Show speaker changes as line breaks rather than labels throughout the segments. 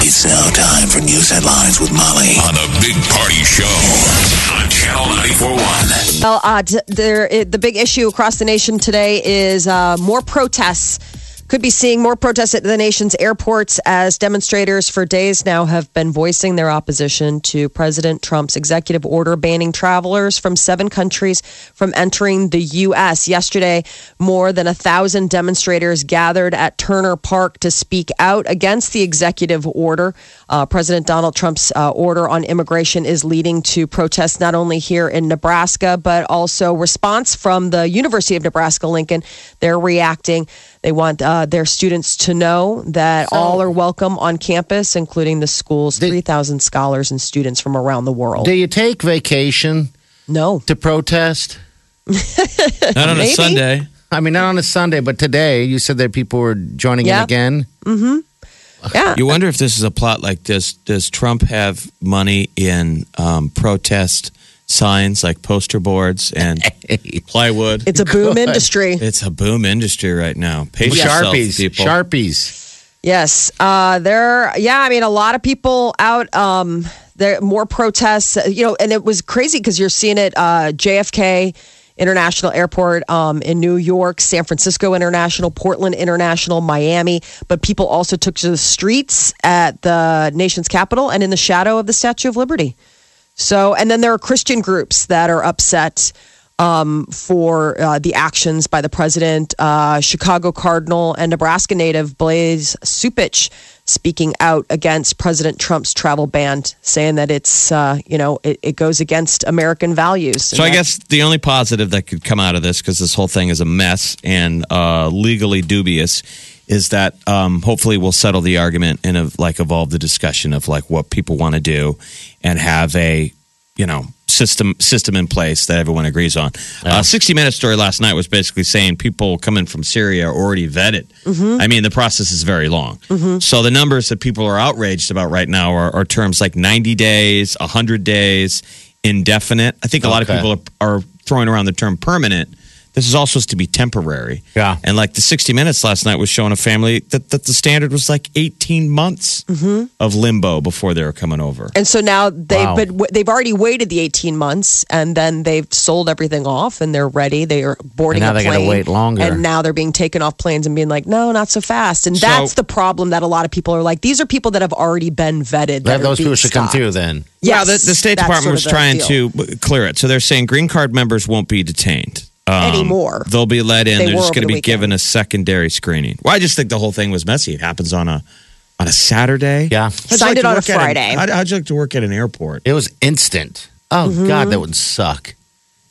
It's now time for news headlines with Molly on the Big Party Show on Channel 941.
Well, uh, t- there, i the big issue across the nation today is uh, more protests. Could be seeing more protests at the nation's airports as demonstrators for days now have been voicing their opposition to President Trump's executive order banning travelers from seven countries from entering the U.S. Yesterday, more than a thousand demonstrators gathered at Turner Park to speak out against the executive order. Uh, President Donald Trump's uh, order on immigration is leading to protests not only here in Nebraska, but also response from the University of Nebraska Lincoln. They're reacting. They want uh, their students to know that all are welcome on campus, including the school's 3,000 scholars and students from around the world.
Do you take vacation
no.
to protest?
Not on
Maybe.
a Sunday.
I mean, not on a Sunday, but today you said that people were joining
Yeah.
in again.
Yeah.
You wonder if this is a plot like this. Does Trump have money in um, protest signs like poster boards and plywood?
It's a boom industry.
It's a boom industry right now. Pace yourself,
Sharpies,
people.
Sharpies.
Yes, uh, there. Yeah, I mean, a lot of people out. Um, there more protests. uh, You know, and it was crazy because you're seeing it. Uh, JFK International Airport um, in New York, San Francisco International, Portland International, Miami. But people also took to the streets at the nation's capital and in the shadow of the Statue of Liberty. So, and then there are Christian groups that are upset um, for uh, the actions by the president. Uh, Chicago Cardinal and Nebraska native Blaze Supich speaking out against President Trump's travel ban, saying that it's uh, you know it, it goes against American values.
So I guess the only positive that could come out of this, because this whole thing is a mess and uh, legally dubious, is that um, hopefully we'll settle the argument and uh, like evolve the discussion of like what people want to do, and have a you know system system in place that everyone agrees on. Uh, Sixty Minutes story last night was basically saying people coming from Syria are already vetted. I mean the process is very long, so the numbers that people are outraged about right now are, are terms like ninety days, hundred days, indefinite. I think a lot of
Okay.
people are, are throwing around the term permanent. This is all supposed to be temporary.
Yeah.
And like the 60 Minutes last night was showing a family that, that the standard was like 18 months of limbo before they were coming over.
And so now they,
Wow.
but w- they've already waited the eighteen months, and then they've sold everything off, and they're ready. They are boarding.
And now
a
they gotta
plane,
wait longer.
and now they're being taken off planes and being like, "No, not so fast." And
So-
that's the problem that a lot of people are like. These are people that have already been vetted.
That
That
those people should come through then.
Yeah,
well, the, the State Department was trying to clear it. So they're saying green card members won't be detained um,
Anymore.
They'll be let in.
They
They are
were
just
over
going to
the
be
weekend.
given a secondary screening. Well, I just think the whole thing was messy. It happens on a on a Saturday.
Yeah.
How'd you
Signed
like
it
to
on a
work at an-
Friday.
how'd, how'd you like to work at an airport?
It was instant. Oh God, that would suck.
Mm-hmm.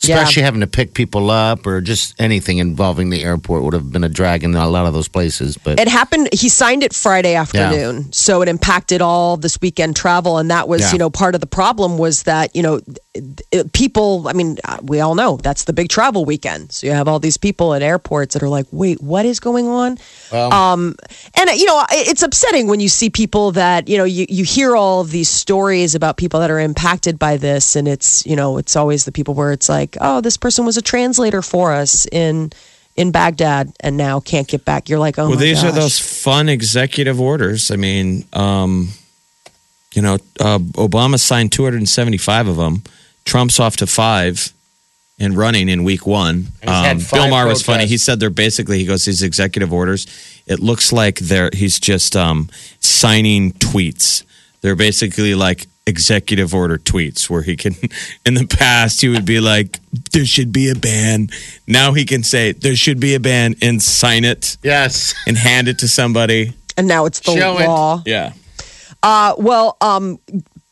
Yeah.
Especially having to pick people up or just anything involving the airport would have been a drag in a lot of those places. But
It happened. He signed it Friday afternoon, so it impacted all this weekend travel, and that was,
Yeah.
you know, part of the problem was that you know, th- th- people. I mean, uh, we all know that's the big travel weekend, so you have all these people at airports that are like, "Wait, what is going on?" um, and uh, you know, it- it's upsetting when you see people that you know you you hear all of these stories about people that are impacted by this, and it's you know, it's always the people where it's like, "Oh, this person was a translator for us in." In Baghdad, and now can't get back. You're like, oh
well,
my
these are
gosh.
those fun executive orders. I mean, um, you know, uh, Obama signed 275 of them. Trump's off to five and running in week one. Um,
And he's had
Bill
five
Maher was
protests.
funny. He said they're basically, he goes, these executive orders, it looks like they're, he's just um, signing tweets. They're basically like executive order tweets where he can, in the past, he would be like, there should be a ban. Now he can say, there should be a ban and sign it
yes,
and hand it to somebody.
and now it's the
Show it.
law.
Yeah.
Uh, well, um,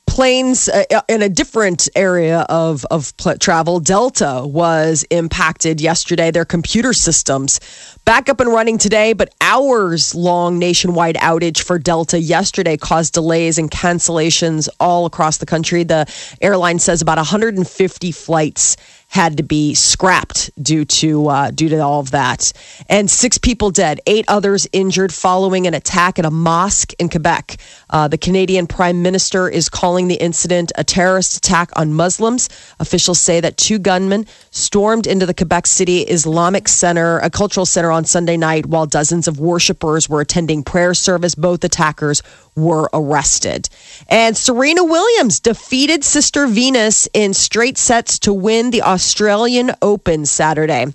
planes uh, in a different area of of pl- travel, Delta was impacted yesterday. Their computer systems Back up and running today, but hours long nationwide outage for Delta yesterday caused delays and cancellations all across the country. The airline says about 150 flights had to be scrapped due to uh, due to all of that, and six people dead, eight others injured following an attack at a mosque in Quebec. Uh, the Canadian Prime Minister is calling the incident a terrorist attack on Muslims. Officials say that two gunmen stormed into the Quebec City Islamic Center, a cultural center, on Sunday night, while dozens of worshippers were attending prayer service. Both attackers were arrested. And Serena Williams defeated Sister Venus in straight sets to win the Australian Open Saturday.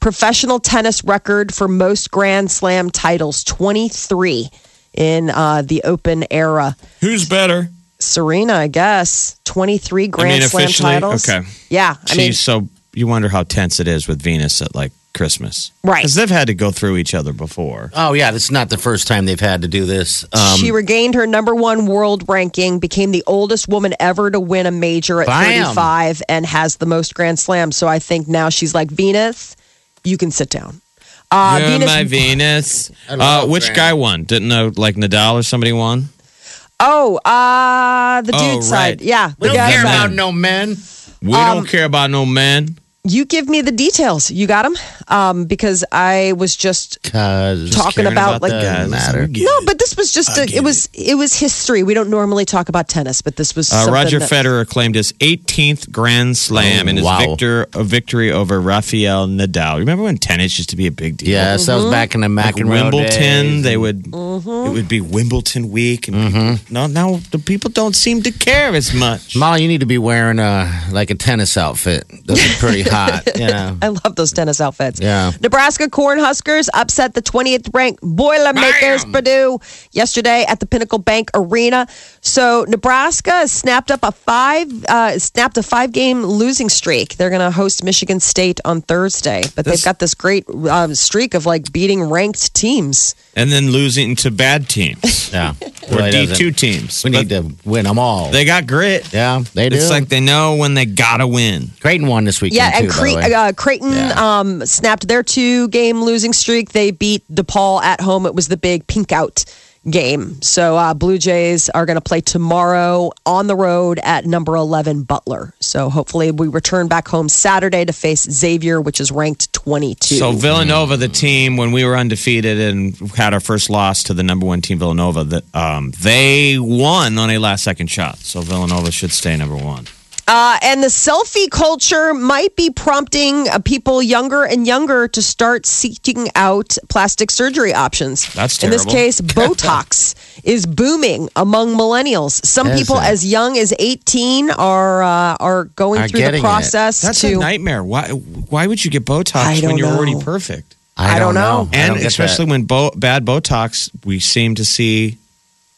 Professional tennis record for most Grand Slam titles 23 in uh, the Open era.
Who's better?
Serena, I guess, 23 Grand
mean,
Slam
officially,
titles.
okay.
Yeah. I
She's
mean,
so you wonder how tense it is with Venus at like Christmas,
Right.
Because they've had to go through each other before.
Oh yeah, this is not the first time they've had to do this. Um,
she regained her number one world ranking, became the oldest woman ever to win a major at
Bam.
35, and has the most Grand Slams. So I think now she's like, Venus, you can sit down. Uh,
You're
Venus,
my Venus.
I love
Uh, which
Grant.
guy won? Didn't know like Nadal or somebody won?
oh, uh, the
Oh,
dude
right.
side. Yeah.
we
The
don't
guy
care
side.
about no men.
We
Um,
don't care about no man.
You give me the details. You got them? Um, because I was just
Cause
talking
caring
about,
about
oh, like
that doesn't matter.
no, but this was just a, it was it was history. We don't normally talk about tennis, but this was
Uh,
something
Roger
that-
Federer claimed his 18th Grand Slam
Oh,
and his
wow.
victor, a victory over Rafael Nadal. Remember when tennis used to be a big deal?
Yes, that
Mm-hmm.
was back in the
Like
McEnroe days.
Wimbledon, they would. It would be Wimbledon week, and
Mm-hmm.
people, no, now the people don't seem to care as much.
Molly, you need to be wearing uh, like a tennis outfit. Those are pretty hot. You know.
I love those tennis outfits.
Yeah.
Nebraska Cornhuskers upset the 20th ranked Boilermakers Purdue yesterday at the Pinnacle Bank Arena. So Nebraska snapped up a five uh, snapped a five game losing streak. They're going to host Michigan State on Thursday, but they've got this great um, streak of like beating ranked teams.
And then losing to bad teams
Yeah.
or
Really doesn't.
D2 teams.
We
But
need to win them all.
They got grit.
yeah, they do.
It's like they know when they gotta win.
Creighton won this weekend.
Yeah, and
too, by
Cre-
the way.
uh, Creighton
Yeah.
um, snapped their two game losing streak. They beat DePaul at home. It was the big pink out game. So uh, Blue Jays are going to play tomorrow on the road at number 11 Butler. So hopefully we return back home Saturday to face Xavier, which is ranked 22.
So Villanova, the team, when we were undefeated and had our first loss to the number one team, Villanova, that um, they won on a last second shot. So Villanova should stay number one.
Uh, and the selfie culture might be prompting uh, people younger and younger to start seeking out plastic surgery options.
That's
In this
terrible.
case, Botox is booming among millennials. Some
Is
people
it?
as young as 18 are uh, are going
Are
through the
getting it.
process
That's
to
a nightmare. Why? Why would you get
I
Botox when
don't
you're already
know.
perfect?
I don't know.
I
And
don't get
especially
that.
when bo- bad Botox, we seem to see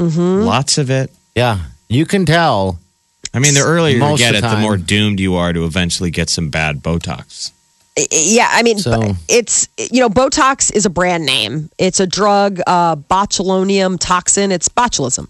Mm-hmm.
lots of it.
yeah, you can tell.
I mean, the earlier you
Most
get it,
of the
the more
time.
doomed you are to eventually get some bad Botox.
yeah, I mean,
So-
b- it's you know, Botox is a brand name. It's a drug, uh, botulinum toxin. It's botulism.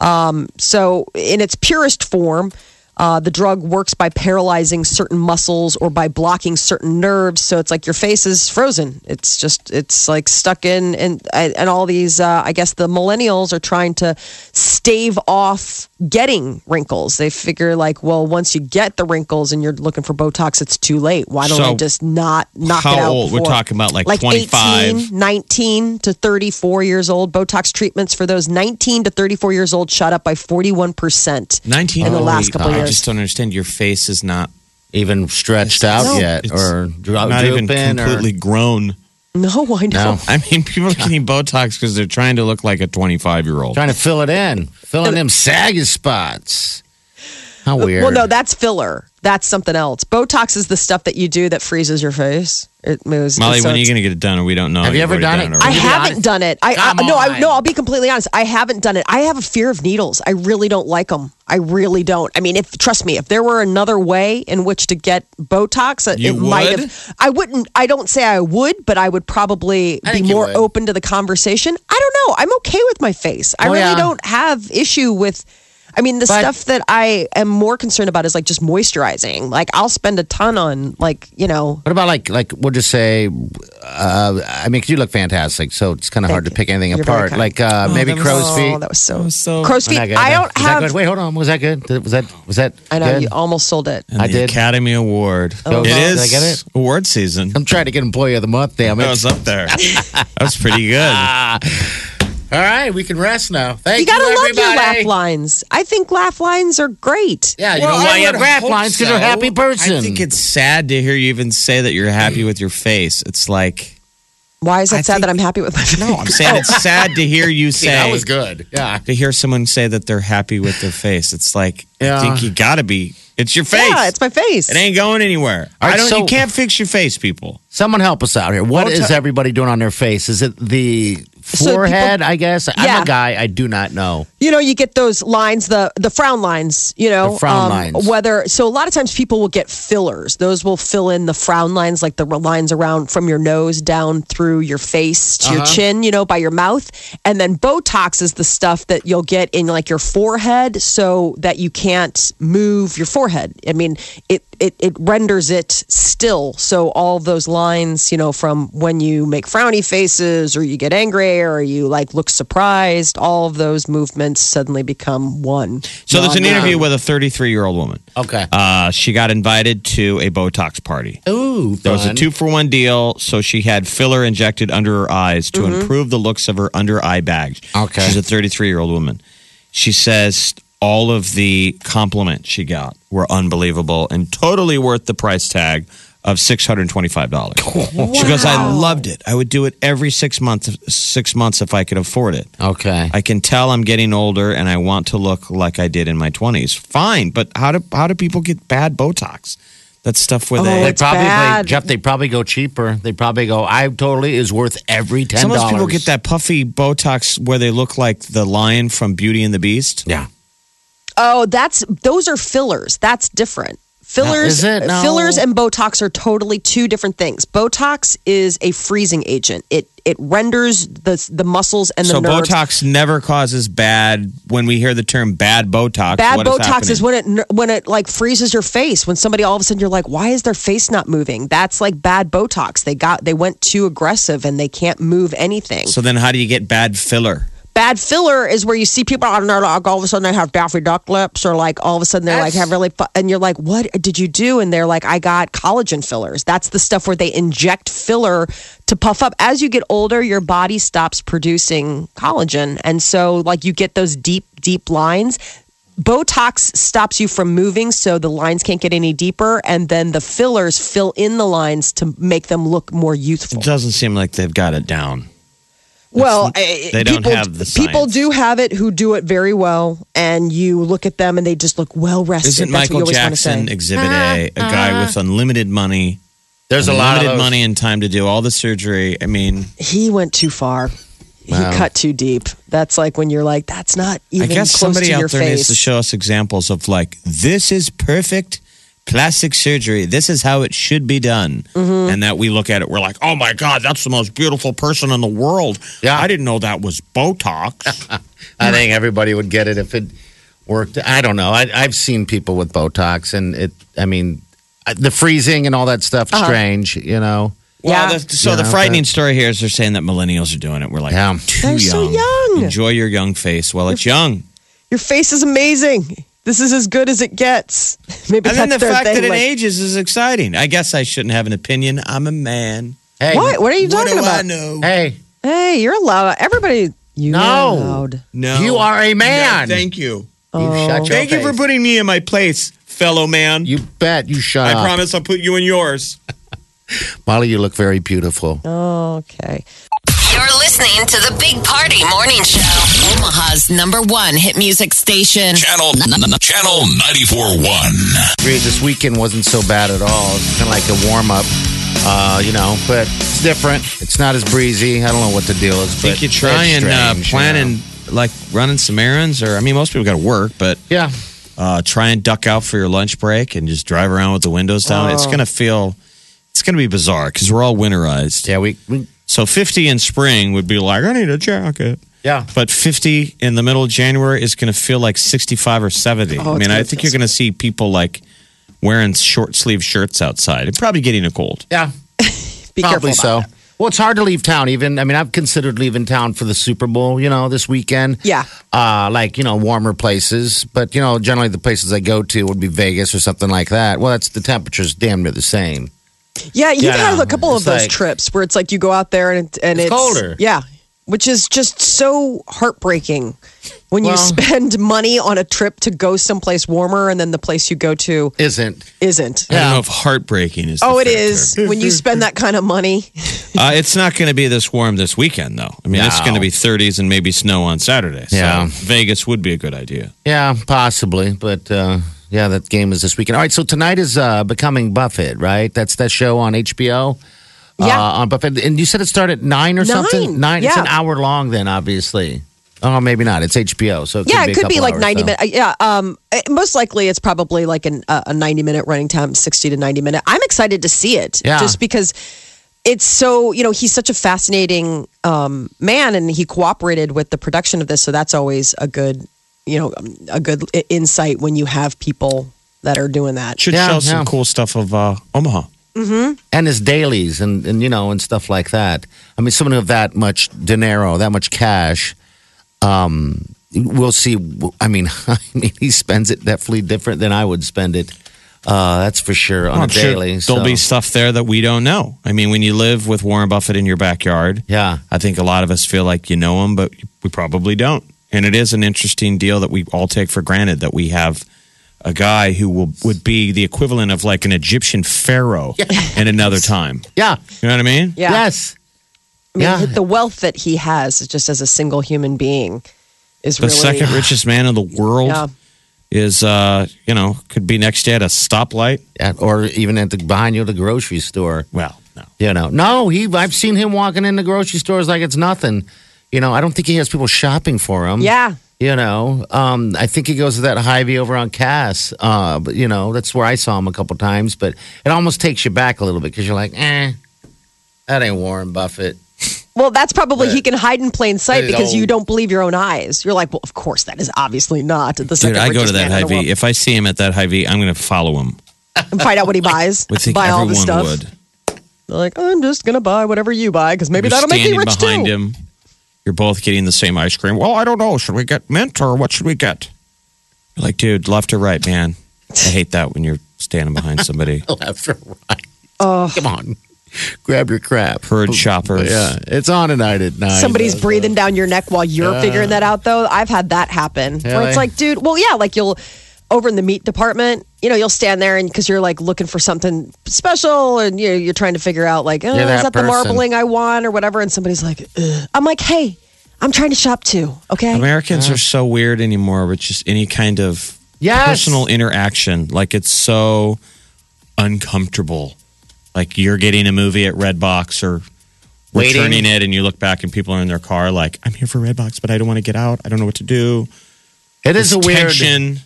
Um, so, in its purest form, uh, the drug works by paralyzing certain muscles or by blocking certain nerves. So it's like your face is frozen. It's just it's like stuck in and and all these. Uh, I guess the millennials are trying to stave off getting wrinkles. They figure like, well, once you get the wrinkles and you're looking for Botox, it's too late. Why don't I
So-
just not knock
How
it out.
old? We're
before-
talking about, like, 25.
18, 19 to 34 years old. Botox treatments for those 19 to 34 years old shot up by 41%.
19
In the
holy-
last couple
I
years.
just don't understand. Your face is not,
Even stretched out
No.
yet,
It's
or dro-
not even
drooping, or-
completely grown.
No, I know.
No.
I mean, people are getting Botox because they're trying to look like a 25 year old.
trying to fill it in, filling them saggy spots. How weird.
Well, no, that's filler. That's something else. Botox is the stuff that you do that freezes your face. It moves.
Molly,
so
when are you
it's-
going to get it done? Or we don't know.
Have you
You've
ever
already
done it?
I
already.
Be
haven't
honest.
done it. I, I
Come
no, I
on.
no. I'll be completely honest. I haven't done it. I have a fear of needles. I really don't like them. I really don't. I mean, if trust me, if there were another way in which to get Botox, it,
You
it might
would?
have. I wouldn't. I don't say I would, but I would probably
I
be
think you
more
would.
open to the conversation. I don't know. I'm okay with my face. I
Oh,
really
yeah.
don't have issue with. I mean, the
But-
stuff that I am more concerned about is like just moisturizing. Like I'll spend a ton on like you know.
What about like like we'll just say, uh, I mean, 'cause you look fantastic, so it's kind of hard to
Thank
pick
you.
anything
You're very
apart.
kind.
Like uh, maybe crow's feet.
Oh, that was so.
That was so-
crow's
Was
feet.
that good?
I don't
was
have.
That good? Wait, hold on. Was that good? Did- Was that was that?
I know
good?
you almost sold it.
And
I did.
the Academy Award.
Oh,
it
wow.
is
Did I get it?
award season.
I'm trying to get employee of the month. Damn it! Ah.
I was up there. That was pretty good.
All right, we can rest now. Thank
You
you,
gotta love
everybody.
your laugh lines. I think laugh lines are great.
Yeah, you
Well,
know
I
why you
would
have laugh
hope
lines because you're a
so.
happy person.
I think it's sad to hear you even say that you're happy with your face. It's like
Why is that
I
sad
think-
that I'm happy with my face?
no, I'm saying it's sad to hear you say
Yeah, that was good. Yeah.
to hear someone say that they're happy with their face. It's like
Yeah.
I think you gotta be. It's your face.
Yeah, it's my face.
it ain't going anywhere.
All right,
I don't.
so-
you can't fix your face, people.
Someone help us out here. What is everybody doing on their face? Is it the
So
forehead? I guess I'm
Yeah.
a guy. I do not know.
you know you get those lines the the frown lines you know um,
The frown lines.
whether so a lot of times people will get fillers those will fill in the frown lines like the lines around from your nose down through your face to your chin you know by your mouth and then botox is the stuff that you'll get in like your forehead so that you can't move your forehead i mean it it, it renders it still so all those lines you know from when you make frowny faces or you get angry or you like look surprised all of those movements suddenly become one
So there's an
Long
interview
gone.
with a 33 year old woman.
Okay.
Uh, she got invited to a Botox party.
Ooh,
There was a
fun.
two for one deal, so she had filler injected under her eyes to improve the looks of her under eye bags.
Okay.
She's a 33 year old woman. She says all of the compliments she got were unbelievable and totally worth the price tag of $625. She goes, I loved it. I would do it every six months, six months if I could afford it.
Okay.
I can tell I'm getting older and I want to look like I did in my 20s. Fine, but how do how do people get bad Botox? That's stuff where
Oh,
they
they
it's
probably
bad.
Jeff. They probably go cheaper. They probably go. I totally is worth every ten.
Sometimes people get that puffy Botox where they look like the lion from Beauty and the Beast.
Yeah.
Oh, that's those are fillers. That's different. Fillers,
Is it? No.
fillers, and Botox are totally two different things. Botox is a freezing agent. It it renders the the muscles and the
so
nerves.
Botox never causes bad. When we hear the term bad Botox,
Bad
what
Botox is
happening?
when it ner- when it like freezes your face. When somebody all of a sudden you're like, why is their face not moving? That's like bad Botox. They got they went too aggressive and they can't move anything.
So then, how do you get bad filler?
bad filler is where you see people I don't know, like all of a sudden they have Daffy Duck lips, or like all of a sudden they're like
That's-
have really, fu- and you're like, what did you do? And they're like, I got collagen fillers. That's the stuff where they inject filler to puff up. As you get older, your body stops producing collagen, and so like you get those deep, deep lines. Botox stops you from moving, so the lines can't get any deeper, and then the fillers fill in the lines to make them look more youthful.
It doesn't seem like they've got it down.
Well,
It's-
I-
they don't
people,
have the
people
science.
do have it who do it very well, and you look at them and they just look well rested.
Isn't
That's
Michael
what you always
Jackson
want to say. Uh-huh.
Exhibit A a guy with unlimited money?
There's a lot
unlimited
of
money and time to do all the surgery. I mean,
He went too far. He cut too deep. That's like when you're like, that's not
I
even
guess
close
somebody
to your
out there needs
face.
to show us examples of like this is perfect plastic surgery. This is how it should be done,
Mm-hmm.
and that we look at it, we're like, oh my god, that's the most beautiful person in the world.
Yeah.
I didn't know that was Botox.
I think everybody would get it if it worked. I don't know. I, I've seen people with Botox, and it. I mean, I- the freezing and all that stuff. Strange, you know.
Well,
Uh-huh. Yeah.
the, so the
Yeah,
frightening story here is they're saying that millennials are doing it. We're like,
Yeah.
too
They're
young.
so young.
Enjoy your young face while it's young.
your face is amazing. This is as good as it gets. Maybe
And then
that's
the
their
fact
thing.
that it
like,
ages is exciting. I guess I shouldn't have an opinion. I'm a man.
Hey,
what? What are you
what
talking
do
about?
I know?
Hey,
Hey, you're allowed. Everybody, you
No.
are allowed.
oh No,
you are a man.
No, thank you.
You
Oh.
shut your
Thank you for
face.
putting me in my place, fellow man.
You uh, bet. You shut
I
up,
promise I'll put you in yours.
Molly. You look very beautiful.
Okay.
You're listening to the Big Party Morning Show. Omaha's number one hit music station.
Channel Channel 94.1.
Agreed, This weekend wasn't so bad at all. It's kind of like a warm up, uh, you know. But it's different. It's not as breezy. I don't know what the deal is.
I think
but
you try
it's
and uh,
strange,
plan
you know.
and like running some errands, or I mean, most people got to work, but
Yeah.
uh, try and duck out for your lunch break and just drive around with the windows down.
Oh.
It's gonna feel, it's gonna be bizarre because we're all winterized.
Yeah, we, we
So fifty in spring would be like, I need a jacket.
Yeah.
But 50 in the middle of January is going to feel like 65 or 70.
Oh,
I mean, I think you're going to see people like wearing short sleeve shirts outside and probably getting a cold.
Yeah.
Be careful.
Probably
about
so.
that.
Well, it's hard to leave town. Even I mean, I've considered leaving town for the Super Bowl. You know, this weekend.
Yeah.
Uh, like you know, warmer places, but you know, generally the places I go to would be Vegas or something like that. Well, that's the temperature's damn near the same.
Yeah, you've
Yeah,
had a couple of
it's
those
like-
trips where it's like you go out there and it- and it's,
It's colder.
Yeah, which is just so heartbreaking when you
Well-
spend money on a trip to go someplace warmer and then the place you go to
Isn't
isn't.
I don't
Yeah.
know if heartbreaking is. the
Oh, it
fair
is when you spend that kind of money.
term. Uh, it's not going to be this warm this weekend, though. I mean, it's
No.
going to be 30s and maybe snow on Saturday. So
Yeah.
Vegas would be a good idea.
yeah, possibly, but uh, yeah, that game is this weekend. All right, so tonight is uh, Becoming Buffett, right? That's that show on HBO.
Yeah.
uh, on Buffett, and you said it started at nine or something.
Nine,
Nine. It's
yeah.
an hour long, then obviously. Oh, maybe not. It's HBO, so it
yeah,
could be
it
a
could be
couple
like
hours,
ninety
though.
minutes. Yeah, um, it- most likely it's probably like an, a a ninety minute running time, sixty to ninety minute. I'm excited to see it,
Yeah.
just because it's so you know he's such a fascinating um, man, and he cooperated with the production of this, so that's always a good you know um, a good i- insight when you have people that are doing that.
Should
Yeah,
show some
yeah.
cool stuff of uh, Omaha.
and his dailies and, and you know and stuff like that. I mean, someone of that much dinero, that much cash, um, we'll see. I mean, I mean, he spends it definitely different than I would spend it. Uh, that's for sure on
I'm
a
sure
daily.
there'll
so-
be stuff there that we don't know. I mean, when you live with Warren Buffett in your backyard,
Yeah.
I think a lot of us feel like you know him, but we probably don't. And it is an interesting deal that we all take for granted that we have a guy who will would be the equivalent of like an Egyptian pharaoh in another time.
yeah,
You know what I mean?
Yeah.
yes,
I mean,
yeah.
the wealth that he has just as a single human being is
The
really
second richest man in the world
Yeah.
is, uh, you know, could be next day at a stoplight.
At- or even at the behind you at the grocery store.
Well, no.
You know, no, he. I've seen him walking in the grocery stores like it's nothing. You know, I don't think he has people shopping for him.
Yeah.
You know, um, I think he goes to that Hy-Vee over on Cass. Uh, but you know, that's where I saw him a couple times. But it almost takes you back a little bit because you're like, eh, that ain't Warren Buffett.
Well, that's probably
But-
he can hide in plain sight
But it
because
all-
you don't believe your own eyes. You're like, well, of course that is obviously not the second
Dude, I go to
richest
that
man in the
Hy-Vee.
world.
If I see him at that Hy-Vee, I'm going to follow him.
and find out what he buys.
Would think
buy all
everyone
the stuff.
would.
They're like, I'm just gonna buy whatever you buy because maybe
You're
that'll make
standing
you rich
behind
too.
him. You're both getting the same ice cream. Well, I don't know. Should we get mint or what should we get? You're like, dude, left or right, man. I hate that when you're standing behind somebody.
Left or right?
Oh,
Come on, grab your crap.
Herd shoppers.
Yeah, it's on tonight at nine.
Somebody's breathing down your neck while you're figuring that out. Though I've had that happen where
Really?
it's like, dude, well, yeah, like you'll over in the meat department, you know, you'll stand there and because you're like looking for something special and you know, you're trying to figure out like, oh,
You're
is
that
that the
person.
marbling I want or whatever? And somebody's like, Ugh. I'm like, hey, I'm trying to shop too. Okay,
Americans are so weird anymore with just any kind of
Yes.
personal interaction. Like it's so uncomfortable. Like you're getting a movie at Redbox or
Waiting.
returning it, and you look back and people are in their car. Like I'm here for Redbox, but I don't want to get out. I don't know what to do.
It is a
It's
weird.
tension.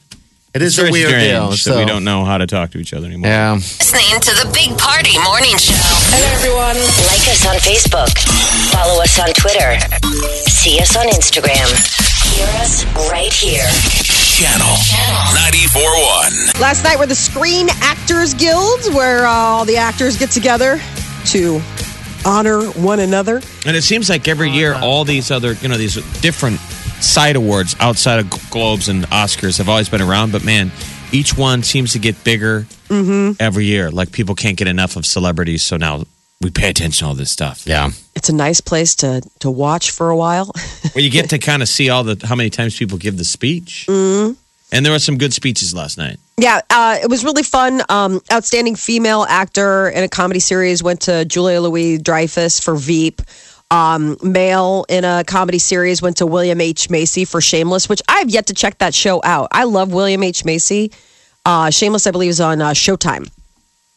It is a
very
weird
strange
deal.
that
So
we don't know how to talk to each other anymore.
Yeah.
Listening to the Big Party Morning Show.
Hello, everyone. Like us on Facebook. Follow us on Twitter. See us on Instagram. Hear us right here.
Channel 94.1.
Last night were the Screen Actors Guilds, where uh, all the actors get together to honor one another.
And it seems like every year, all these other, you know, these different side awards outside of G- Globes and Oscars have always been around. But man, each one seems to get bigger every year. Like people can't get enough of celebrities. So now we pay attention to all this stuff.
Yeah.
It's a nice place to to watch for a while.
Well, you get to kind of see all the, how many times people give the speech. Mm-hmm. And there were some good speeches last night.
yeah, uh, it was really fun. Um, outstanding female actor in a comedy series went to Julia Louis Dreyfus for Veep. Um, male in a comedy series went to William H Macy for Shameless, which I have yet to check that show out. I love William H Macy. Uh, Shameless, I believe, is on uh, Showtime.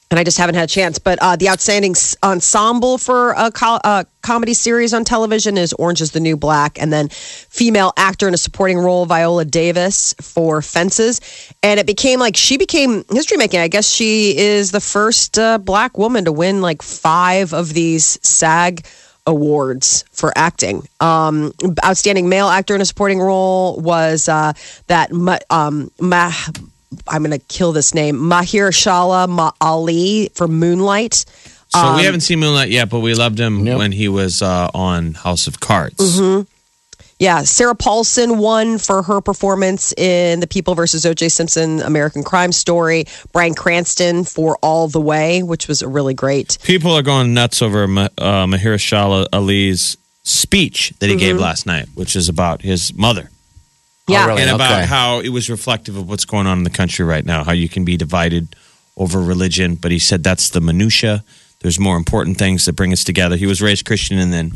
and I just haven't had a chance. But uh, the outstanding s- ensemble for a co- uh, comedy series on television is Orange is the New Black, and then female actor in a supporting role, Viola Davis for Fences. And it became like she became history making. I guess she is the first uh, black woman to win like five of these SAG awards for acting. Um, outstanding male actor in a supporting role was uh, that Ma- um, Ma- I'm going to kill this name Mahir Shala Ma'ali for Moonlight.
So we haven't seen Moonlight yet, but we loved him when he was uh, on House of Cards.
Yeah, Sarah Paulson won for her performance in The People versus O.J. Simpson American Crime Story. Brian Cranston for All the Way, which was really great.
People are going nuts over Ma- uh, Mahershala Ali's speech that he gave
Mm-hmm.
last night, which is about his mother
Oh, Yeah,
Oh, really?
and about
Okay.
how it was reflective of what's going on in the country right now, how you can be divided over religion. But he said that's the minutia. There's more important things that bring us together. He was raised Christian and then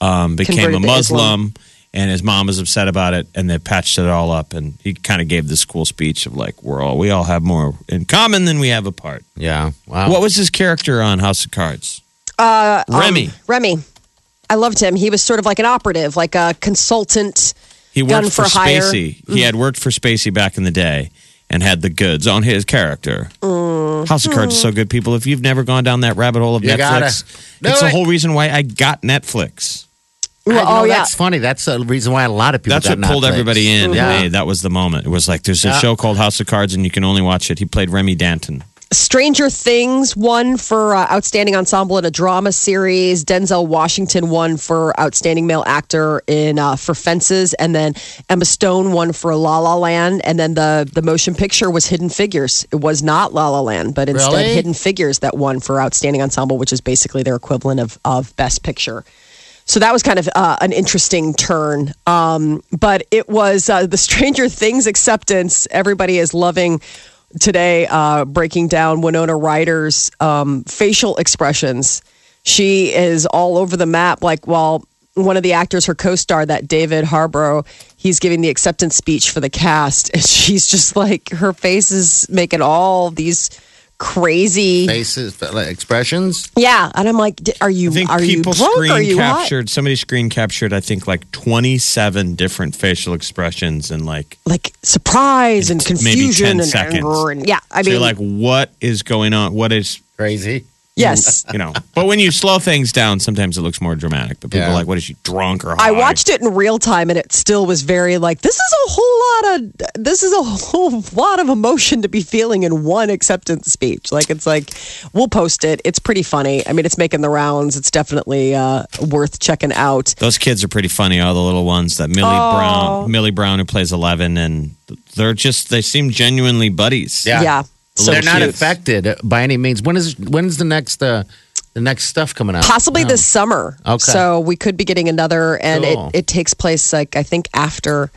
um, became
Converted
a
to Islam.
Muslim. And his mom was upset about it, and they patched it all up. And he kind of gave this cool speech of like, "We're all we all have more in common than we have apart."
Yeah.
Um,
Wow.
What was his character on House of Cards? Uh, Remy.
Remy. I loved him. He was sort of like an operative, like a consultant.
he worked
done for hire? Mm.
Spacey. He had worked for Spacey back in the day and had the goods on his character.
Mm.
House of Cards is so good, people. If you've never gone down that rabbit hole of
You gotta
Netflix,
do
it's the
it.
whole reason why I got Netflix.
Well,
I know
oh yeah,
That's funny. That's the reason why a lot of people.
That's
got
what pulled
Netflix.
everybody in.
Yeah.
Hey, that was the moment. It was like there's a
Yeah.
show called House of Cards and you can only watch it. He played Remy Danton.
Stranger Things won for uh, outstanding ensemble in a drama series. Denzel Washington won for outstanding male actor in uh, for Fences, and then Emma Stone won for La La Land. And then the the motion picture was Hidden Figures. It was not La La Land, but instead
Really?
Hidden Figures that won for outstanding ensemble, which is basically their equivalent of of Best Picture. So that was kind of uh, an interesting turn. Um, but it was uh, the Stranger Things acceptance. Everybody is loving today, uh, breaking down Winona Ryder's um, facial expressions. She is all over the map. Like, while one of the actors, her co star, that David Harborough, he's giving the acceptance speech for the cast. And she's just like, her face is making all these crazy.
Faces, like, expressions.
Yeah. And I'm like, "D- are you,
I think
are you
people
drunk?
screen
Are you high?"
captured somebody screen captured, I think, like twenty seven different facial expressions and like
like surprise and
It's maybe 10
confusion and
seconds.
anger and yeah i
so
mean
you're like, "Mm, what is going on? What is
Crazy.
yes
you know. But when you slow things down, sometimes it looks more dramatic. But people
Yeah.
are like, "What is she drunk or?" High?
i watched it in real time and it still was very like this is a whole lot of this is a whole lot of emotion to be feeling in one acceptance speech like it's like we'll post it it's pretty funny i mean it's making the rounds it's definitely uh, worth checking out
Those kids are pretty funny. All the little ones that Millie
Oh.
Brown, Millie Brown, who plays Eleven, and they're just they seem genuinely buddies.
Yeah.
yeah so
They're not
cute.
affected by any means. When is when's the next uh, the next stuff coming out?
possibly this summer.
Okay.
So we could be getting another, and
Cool.
it, it takes place like I think after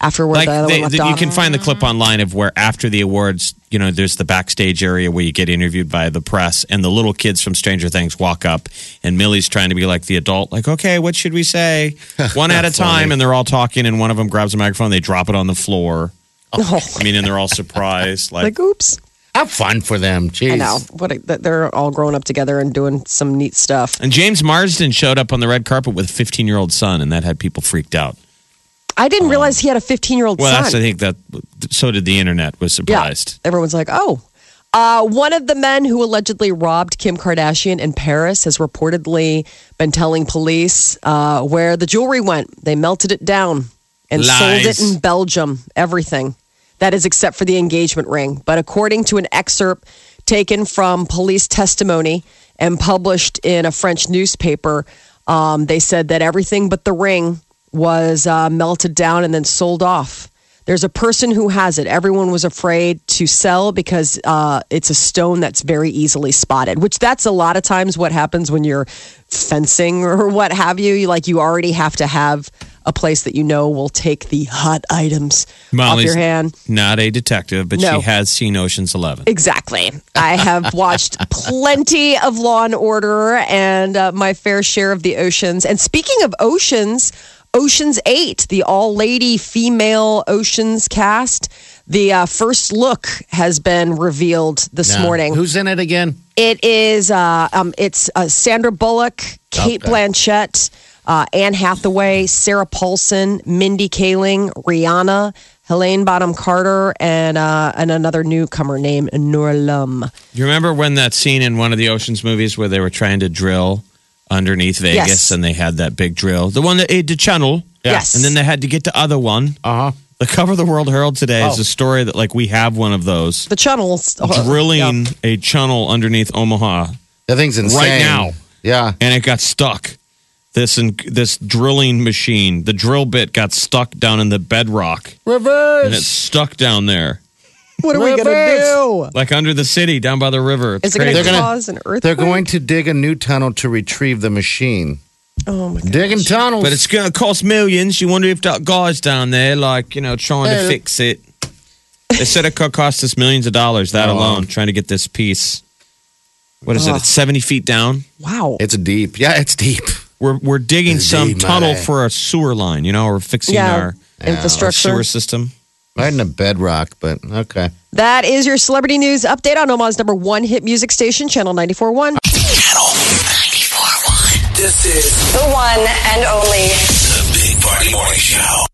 after where
Like
the other
they,
one left
that you
off.
can find the clip online of where after the awards, you know, there's the backstage area where you get interviewed by the press, and the little kids from Stranger Things walk up, and Millie's trying to be like the adult, like, okay, what should we say, one at a time, and they're all talking, and one of them grabs a microphone, they drop it on the floor. I mean, and they're all surprised, like,
Oh, like oops.
Have fun for them. Jeez.
I know. What a, that they're all growing up together and doing some neat stuff.
And James Marsden showed up on the red carpet with a 15 year old son, and that had people freaked out.
I didn't realize he had a 15 year old
Well, that's, I
son.
think that so did the internet was surprised.
Everyone's like, oh. Uh, one of the men who allegedly robbed Kim Kardashian in Paris has reportedly been telling police uh, where the jewelry went. They melted it down and sold it
Lies.
in Belgium. Everything. That is except for the engagement ring. But according to an excerpt taken from police testimony and published in a French newspaper, um, they said that everything but the ring was uh, melted down and then sold off. There's a person who has it. Everyone was afraid to sell because uh, it's a stone that's very easily spotted, which that's a lot of times what happens when you're fencing or what have you. You like you already have to have a place that you know will take the hot items off your hand.
not a detective, but
No.
she has seen Ocean's Eleven.
Exactly. I have watched plenty of Law and Order and uh, my fair share of the oceans. And speaking of oceans, Oceans 8, the all lady female Oceans cast, the uh, first look has been revealed this
Yeah.
morning.
Who's in it again?
It is. Uh, um, it's uh, Sandra Bullock, Kate
Okay.
Blanchett, uh, Anne Hathaway, Sarah Paulson, Mindy Kaling, Rihanna, Helene Bonham Carter, and uh, and another newcomer named Noor Lum.
You remember when that scene in one of the Ocean's movies where they were trying to drill underneath Vegas,
Yes.
and they had that big drill, the one that ate the channel.
Yes.
And then they had to get the other one.
Uh huh.
The cover of the World Herald today is
Oh.
a story that like we have one of those
The channels
drilling a channel underneath Omaha,
That thing's insane.
now.
Yeah.
and it got stuck. This and this drilling machine, the drill bit got stuck down in the bedrock,
Reverse.
and it's stuck down there,
What are we gonna do?
like under the city, down by the river.
Is
It's
it gonna
crazy.
They're gonna-
cause an earthquake?
They're going to dig a new tunnel to retrieve the machine.
Oh my god!
Digging tunnels.
But it's going to cost millions. You wonder if that guy's down there, like, you know, trying to
Yeah.
fix it. They said it could cost us millions of dollars, that
Oh, wow.
alone, trying to get this piece. What is it? It's 70 feet down.
Wow.
it's deep. Yeah, it's deep.
We're, we're digging
It's
some
deep,
tunnel
mate.
for a sewer line, you know, or fixing
yeah.
our, our
Infrastructure.
sewer system.
Right in the bedrock, but okay.
That is your celebrity news update on Omaha's number one hit music station, Channel 94.1.
Channel 941. This is
The one and only
the Big Party Morning Show.